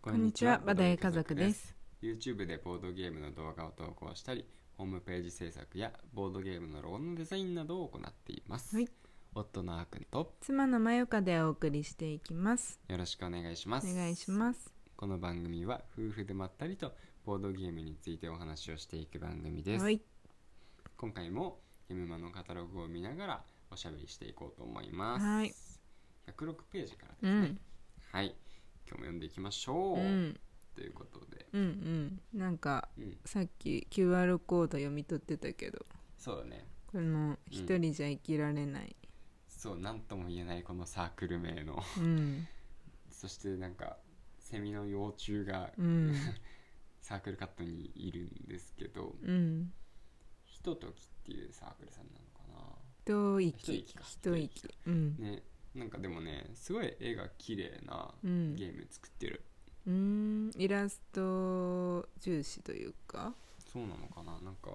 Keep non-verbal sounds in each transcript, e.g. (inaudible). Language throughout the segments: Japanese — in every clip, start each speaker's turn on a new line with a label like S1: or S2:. S1: こんにちは、バダイ家族で。すす。
S2: YouTube でボードゲームの動画を投稿したり、ホームページ制作やボードゲームのロゴのデザインなどを行っています。
S1: はい、
S2: 夫のあーくんと
S1: 妻のまゆかでお送りしていきます。
S2: よろしくお願いしま
S1: お
S2: す。
S1: 願いします。
S2: この番組は夫婦でまったりとボードゲームについてお話をしていく番組です。
S1: はい、
S2: 今回もゲームマのカタログを見ながらおしゃべりしていこうと思います。
S1: はい、
S2: 106ページから
S1: う
S2: ですね。
S1: ん、
S2: はい、今日も読んでいきましょ
S1: う
S2: う。
S1: ん、
S2: ということで、
S1: うん、うん、なんか
S2: うん、
S1: さっき QR コード読み取ってたけど、
S2: そうだね。
S1: この一人じゃ生きられない。
S2: そう、なんとも言えないこのサークル名の。 (laughs)
S1: うん、
S2: そしてなんかセミの幼虫が
S1: うん、
S2: サークルカットにいるんですけど、
S1: うん、
S2: ひとときっていうサークルさんなのか
S1: 一息、
S2: 一息か
S1: 一息、うん、
S2: なねなんかでもねすごい絵が綺麗な
S1: うん
S2: ゲーム作ってる、
S1: うん、イラスト重視というか、
S2: そうなのかななんか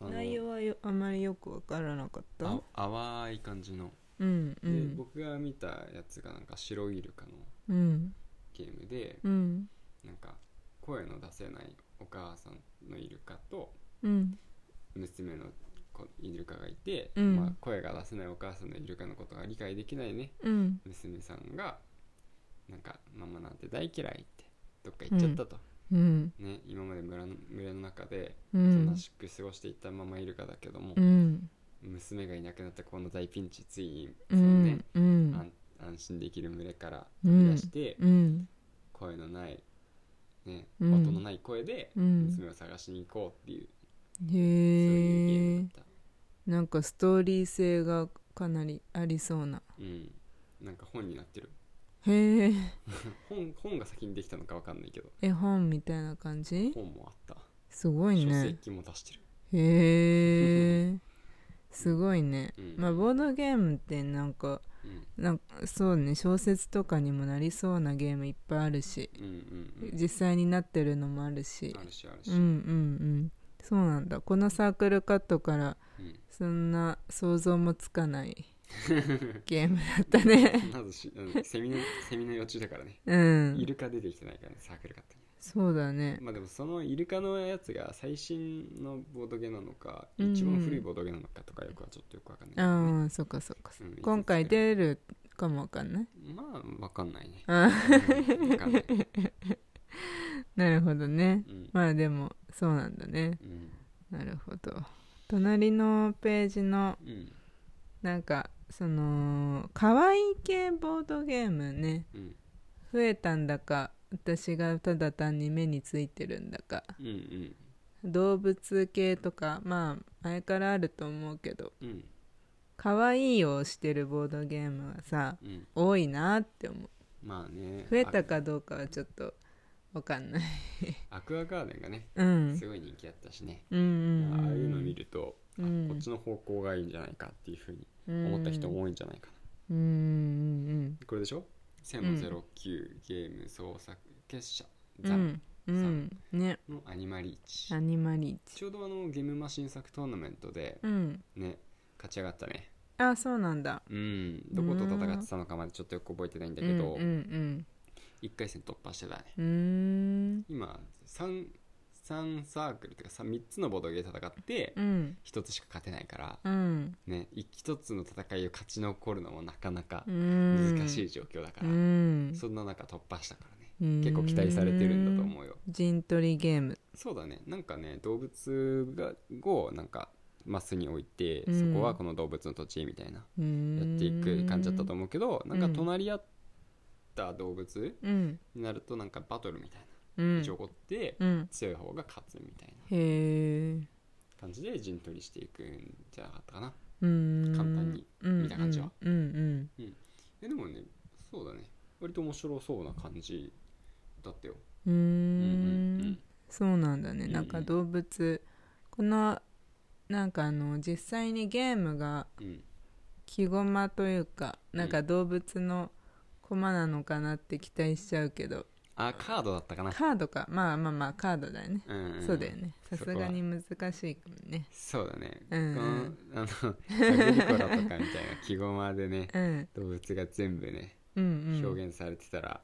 S2: あの
S1: 内容はよあまりよくわからなかった。
S2: あ淡い感じの、
S1: うん、う
S2: で
S1: ん、
S2: 僕が見たやつがなんか白イルカの
S1: うん、
S2: ゲームで、
S1: うん、
S2: なんか声の出せないお母さんのイルカと
S1: うん。
S2: 娘の子イルカがいて、
S1: うん
S2: まあ、声が出せないお母さんのイルカのことが理解できないね
S1: うん
S2: 娘さんがなんかママなんて大嫌いってどっか行っちゃったと、
S1: うん
S2: ね今まで村の群れの中で
S1: う
S2: そ
S1: ん
S2: なしく過ごしていたママイルカだけども、
S1: うん
S2: 娘がいなくなったこの大ピンチついに
S1: う
S2: そのね
S1: ん、うん
S2: 安安心できる群れから飛び出して、
S1: うん
S2: 声のない、ね
S1: うん
S2: 音のない声で
S1: うん
S2: 娘を探しに行こうっていう、そういうゲー
S1: へえ
S2: ムだっ
S1: なんかストーリー性がかなりありそうな
S2: た、うん、なんか本になってる
S1: へえ
S2: 本本が先にできたのかわかんないけど
S1: 絵本みたいな感じ
S2: 本もあった
S1: すごい
S2: 書
S1: ね
S2: 籍も出してる、
S1: へえすごいね
S2: うん
S1: まあボードゲームってなんか
S2: うん
S1: なんかそうね小説とかにもなりそうなゲームいっぱいあるし
S2: うんうんうん
S1: 実際になってるのもあるし
S2: あるしあるし、
S1: うんうんうんそうなんだこのサークルカットから
S2: うん
S1: そんな想像もつかない
S2: (laughs)
S1: ゲームだったね
S2: まずし、
S1: (laughs)
S2: うん、セミのセミの幼虫だからね
S1: う
S2: イ
S1: ん
S2: ルカ出てきてないからねサークルカットに
S1: そうだね
S2: まあでもそのイルカのやつが最新のボードゲなのか、
S1: うん
S2: 一番古いボードゲなのかとかよくはちょっとよくわかんないけどね、
S1: ああそっかそっか
S2: うんいつ作る
S1: 今回出るかもわかんない
S2: まあわかんない
S1: (laughs)
S2: ねう
S1: あ
S2: んわかんない、
S1: なるほどね
S2: うん
S1: まあでもそうなんだね
S2: うん
S1: なるほど隣のページの
S2: うん
S1: なんかその可愛い系ボードゲームね
S2: うん
S1: 増えたんだか私がただ単に目についてるんだか
S2: うんうん
S1: 動物系とかまあ前からあると思うけど
S2: うん
S1: 可愛いをしてるボードゲームはさ
S2: うん
S1: 多いなって思う
S2: まあね
S1: 増えたかどうかはちょっとわかんない
S2: あアクアガーデンがね
S1: うん
S2: すごい人気だったしね、
S1: うんうんうん
S2: ああいうの見ると、あ
S1: うん
S2: こっちの方向がいいんじゃないかっていうふうに
S1: うん
S2: 思った人も多いんじゃないかな、
S1: うんうん
S2: これでしょ
S1: うん
S2: 1009、ゲーム創作結社
S1: うんう
S2: ザ
S1: んうんね
S2: のアニマリーチ、
S1: アニマリーチ
S2: ちょうどあのゲームマ新作トーナメントで
S1: うん
S2: ね勝ち上がったね
S1: あそうなんだ
S2: うんどこと戦ってたのかまでちょっとよく覚えてないんだけど、
S1: うんうん
S2: 1回戦突破してたね
S1: うんうーん
S2: 今 3, 三サークルっていうか 3, 三つのボードゲームで戦って
S1: うん
S2: 1つしか勝てないから、
S1: うん
S2: ね1つの戦いを勝ち残るのもなかなか
S1: うん
S2: 難しい状況だから、
S1: うん
S2: そんな中突破したからね
S1: 結
S2: 結構期待されてるんだと思うよ
S1: 陣取りゲーム
S2: そうだねなんかね動物がをなんかマスに置いて、
S1: うん
S2: そこはこの動物の土地みたいな
S1: や
S2: やっていく感じだったと
S1: 思
S2: 思うけどなんか隣り合った動物
S1: ううん
S2: になるとなんかバトルみたい
S1: うん
S2: な一応起こって
S1: うん
S2: 強い方が勝つみたいな
S1: へえ
S2: 感じで陣取りしていくんじゃなかったかな
S1: うん
S2: 簡単に見た感じは
S1: うんうん
S2: えでもねそうだね割と面白そうな感じだったよ
S1: うんうー
S2: うん
S1: んそうなんだね
S2: うん
S1: なんか動物このなんかあの実際にゲームが
S2: うんうん
S1: 木駒というかなんか動物の駒なのかなって期待しちゃうけど
S2: あカードだったかな
S1: カードかまあまあまあカードだよね
S2: うんん
S1: そうだよねさす
S2: そこ
S1: が
S2: は
S1: に難しいかもね
S2: そうだね、
S1: うん
S2: このあのサグリコラとかみたいな記号までね
S1: うん
S2: 動物が全部ね
S1: うんうん
S2: 表現されてたら、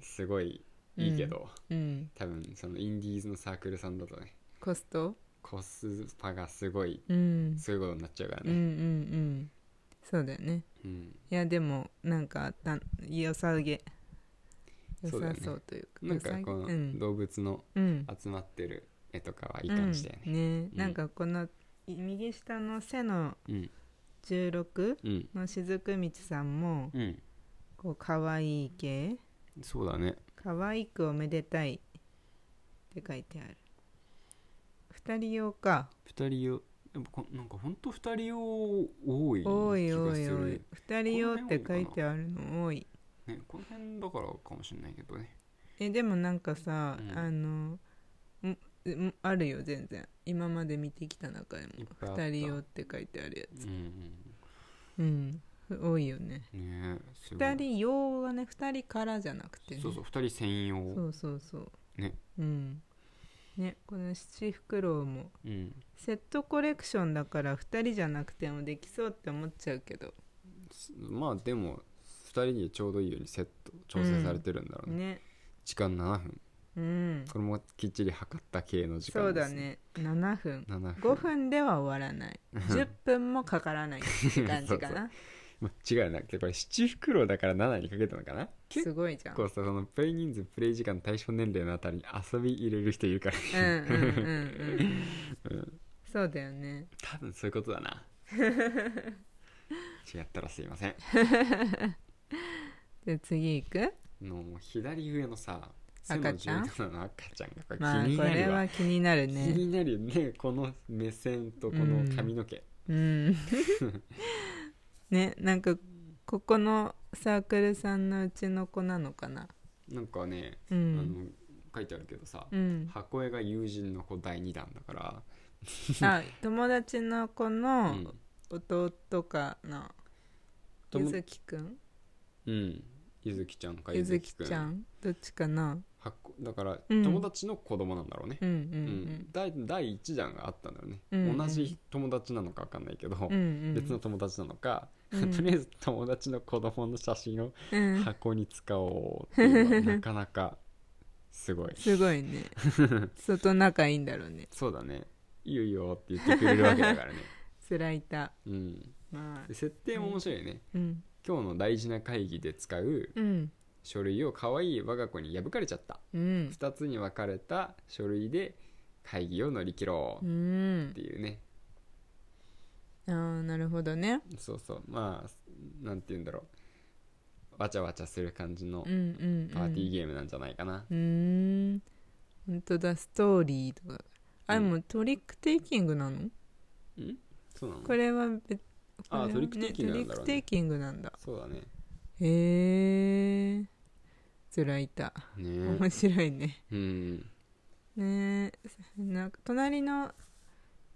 S2: すごいいいけど、
S1: うん
S2: 多分そのインディーズのサークルさんだとね
S1: コスト、
S2: コスパがすごい
S1: うん、
S2: すごいことになっちゃうから
S1: うんうんう
S2: ね、
S1: んそうだよね
S2: うん
S1: いやでもなんかた良さげ良
S2: そうだよ
S1: さ
S2: ね
S1: そうというか
S2: なんか
S1: 良さげ
S2: こ
S1: う
S2: の
S1: ん
S2: 動物の
S1: うん
S2: 集まってる絵とかはいい感じだよ
S1: う
S2: ね
S1: んね
S2: ん
S1: なんかこのい右下の背の
S2: うん
S1: 16
S2: うん
S1: の雫道さんも
S2: うん、
S1: こう可愛い系
S2: そうだね
S1: 可愛くおめでたいって書いてある二人用か
S2: 二人用でもこなんかほんと二人用多い気がする
S1: おいおいおい二人用って書いてあるの多い
S2: ね、この辺だからかもしれないけどね
S1: えでもなんかさ、
S2: うん
S1: あのんんあるよ全然今まで見てきた中でも
S2: いっぱいあった
S1: 2人用って書いてあるやつ
S2: うん
S1: うん多いよね
S2: うんねえすごい
S1: 2人用はね2人からじゃなくて、ね、
S2: そうそう二人専用
S1: そうそうそう
S2: ね
S1: うんねこの七フクロウも
S2: うん
S1: セットコレクションだから2人じゃなくてもできそうって思っちゃうけど
S2: まあでも2人にちょうどいいようにセット調整されてるんだろうね、
S1: ね
S2: 時間7分
S1: うん
S2: これもきっちり測った系の時
S1: そう
S2: 間で
S1: だ
S2: す
S1: ね7分
S2: 7分
S1: 5分では終わ
S2: (laughs)
S1: らない10分もかからないって感じか
S2: そうそ
S1: な
S2: まあ違うなでこれ七袋だから7にかけたのかな結
S1: すごいじゃん
S2: 構さそのプレイ人数プレイ時間対象年齢のあたりに遊び入れる人いるから
S1: うんうんうんうんそうだよね
S2: 多分そういうことだ
S1: (laughs)
S2: な違ったらすいません
S1: で次行く
S2: の左上のさ背の
S1: 赤ちゃん
S2: 17の赤ちゃんがこれ気
S1: まあ
S2: に
S1: こ
S2: な
S1: れ
S2: るわ、
S1: は気になる
S2: 気
S1: ね
S2: になるよねこの目線とこの髪の毛、
S1: うん (laughs) ねなんかここのサークルさんのうちの子なのかな
S2: なんかね、
S1: う
S2: あ
S1: ん
S2: の書いてあるけどさ、
S1: うん、
S2: 箱絵が友人の子第2弾だから、
S1: あ友達の子
S2: う
S1: の
S2: ん
S1: 弟かな、
S2: とも
S1: ゆずきくん
S2: うん、ゆずきちゃんか
S1: ゆず
S2: き
S1: き
S2: くん
S1: ちゃんどっちかな
S2: 箱だから
S1: うん
S2: 友達の子供なんだろうね、
S1: うん
S2: うん第第1弾があったんだろうね、
S1: うんうん
S2: 同じ友達なのか分かんないけど、
S1: うんうんうんうん
S2: 別の友達なのか、
S1: うん
S2: (laughs) とりあえず友達の子供の写真を
S1: うん
S2: 箱に使おうっていうのは
S1: (laughs)
S2: なかなかすごい
S1: すごい
S2: (laughs)
S1: ね相当仲いいんだろうね
S2: そうだねいいよいいよって言ってくれるわけだからね、
S1: スライタ
S2: うん、
S1: ーまあ
S2: で設定も面白いよね、
S1: うん
S2: 今日の大事な会議で使う
S1: うん
S2: 書類を可愛い我が子に破かれちゃった、
S1: うん
S2: 2つに分かれた書類で会議を乗り切ろ
S1: う
S2: うっ
S1: ん
S2: ていうね、
S1: ああなるほどね
S2: そうそうまあなんて言うんだろうわちゃわちゃする感じの
S1: うんうんうん
S2: パーティーゲームなんじゃないかな、
S1: うーん本当だストーリーとかあで
S2: うん
S1: もトリックテイキングなの
S2: そうなの
S1: これは別
S2: あー
S1: これはね
S2: トリックテイキングなんだろうね
S1: トリックテイキングなんだ
S2: そうだね
S1: へえスライター
S2: ね
S1: 面白いね
S2: えうん
S1: ねえなんか隣の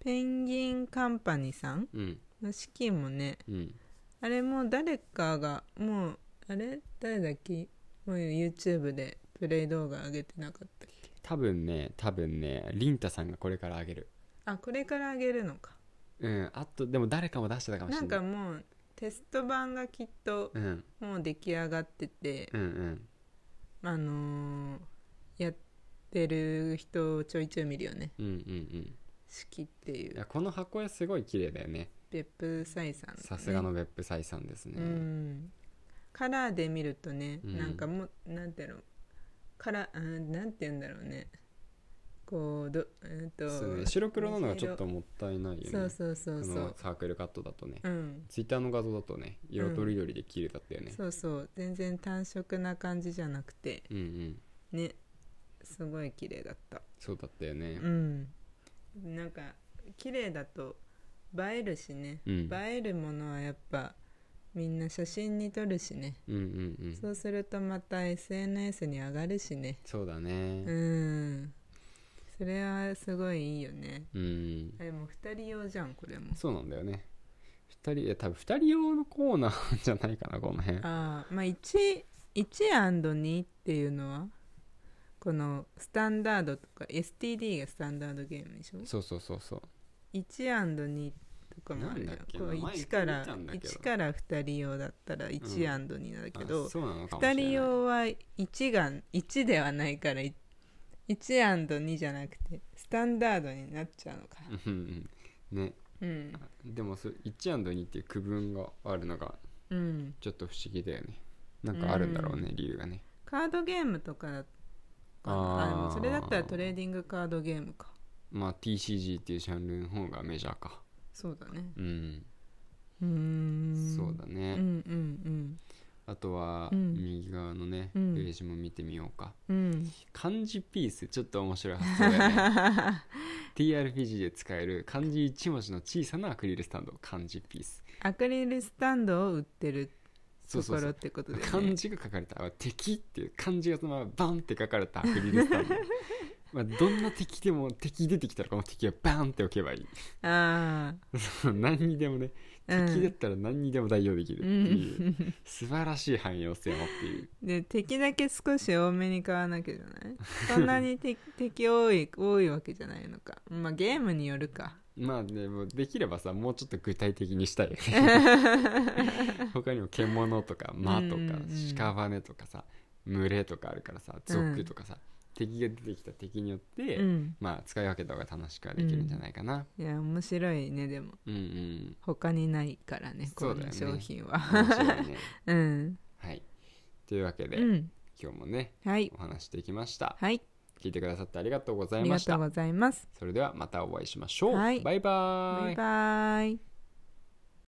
S1: ペンギンカンパニーさん
S2: うん
S1: の資金もね
S2: うん
S1: あれもう誰かがもうあれ誰だっけもう YouTube でプレイ動画上げてなかったっけ
S2: 多分ね多分ねりんたさんがこれからあげる
S1: あこれから上げるのか
S2: うんあとでも誰かも出してたかもし
S1: な
S2: れ
S1: ん
S2: ない
S1: かもうテスト版がきっと
S2: うん
S1: もう出来上がってて、
S2: うんうん
S1: あのーやってる人をちょいちょい見るよね
S2: うんうんうん
S1: 式ってい
S2: いや
S1: う
S2: この箱絵すごい綺麗だよね
S1: 別府斎さん、ね、
S2: さすがの別府採算ですね、
S1: うんカラーで見るとね、
S2: うん
S1: なんかもうなんていうのカラーうんなんて言うんだろうねこうどえっ、
S2: そうね
S1: と
S2: 白黒なのがちょっともったいないよね
S1: そうそうそうそ
S2: あの
S1: う
S2: サークルカットだとね、
S1: うん
S2: ツイッターの画像だとね色とりどりで綺麗だったよね、
S1: そうそう全然単色な感じじゃなくて
S2: うん、うん
S1: ねすごい綺麗だった
S2: そうだったよね
S1: うんなんか綺麗だと映えるしね、
S2: うんうん
S1: 映えるものはやっぱみんな写真に撮るしね、
S2: うんうん
S1: そうするとまた SNS に上がるしね
S2: そうだ
S1: う
S2: ね
S1: んそれはすごいいいよね
S2: うん、
S1: あれも2人用じゃんこれも
S2: そうなんだよね2人いや多分2人用のコーナーじゃないかなこの辺
S1: ああまあ 1, 1&2 っていうのはこのスタンダードとか STD がスタンダードゲームでしょ
S2: そうそうそうそう
S1: 1&2 とかもあるじゃ
S2: なんだっけ
S1: んこう
S2: 名前
S1: 1から
S2: 見たんだけど
S1: 1から2人用だったら
S2: うん
S1: 1アンドになるけど、
S2: あそうなのかもしれ
S1: 2
S2: ない
S1: 人用は1が1ではないからい1アンド2じゃなくてスタンダードになっちゃうのか
S2: うんうんね
S1: うん
S2: でもそれ 1&2 っていう区分があるのが
S1: うん
S2: ちょっと不思議だよねなんかあるんだろうね、理由がね
S1: カードゲームとかだかなあでもそれだったらトレーディングカードゲームか
S2: まあ TCG っていうジャンルの方がメジャーか
S1: そうだね
S2: うん、
S1: うーん
S2: そうだね、
S1: うんうん
S2: あとは
S1: うん
S2: 右側のね、
S1: うん
S2: ページも見てみようか
S1: うんうん
S2: 漢字ピースちょっと面白い発想だよね TRPG で使える漢字1文字の小さなアクリルスタンド漢字ピース
S1: (laughs) アクリルスタンドを売ってる
S2: そ
S1: と
S2: うそ
S1: こ
S2: うそ
S1: ろっ
S2: う
S1: てことで、ね、
S2: 漢字が書かれたあ敵っていう漢字がそのままバンって書かれたアクリルスタンドまあどんな敵でも敵出てきたらこの敵はバンって置けばいい (laughs)
S1: あ
S2: 何にでもね
S1: あ、う
S2: 敵だっ
S1: ん、
S2: たら何にでも代用できるっていう、素晴らしい汎用性を持っている
S1: で敵だけ少し多めに買わなきゃじゃないそんなに
S2: (laughs)
S1: 敵敵多い多いわけじゃないのかまあゲームによるか
S2: まあでもできればさもうちょっと具体的にしたいよね
S1: (laughs)
S2: 他にも獣とか馬と
S1: うんう
S2: か
S1: んうん
S2: 屍とかさ群れとかあるからさ
S1: うん
S2: 族とかさ、敵が出てきた敵によって、
S1: うん
S2: まあ使い分けた方が楽しくはできるんじゃないかな、
S1: いや面白いねでも
S2: うん、うん
S1: 他にないからね
S2: そ
S1: こ
S2: うだよ
S1: の
S2: ね
S1: 商品は
S2: 面白い
S1: (laughs)
S2: ね
S1: うん
S2: はいというわけで、
S1: うん
S2: 今日もね
S1: はい
S2: お話してきました
S1: はい
S2: 聞いてくださってありがとうござ
S1: あ
S2: い
S1: り
S2: ま
S1: が
S2: し
S1: とう
S2: た
S1: ございます
S2: それではまたお会いしましょう、
S1: はい
S2: バイバーイ
S1: バイバイ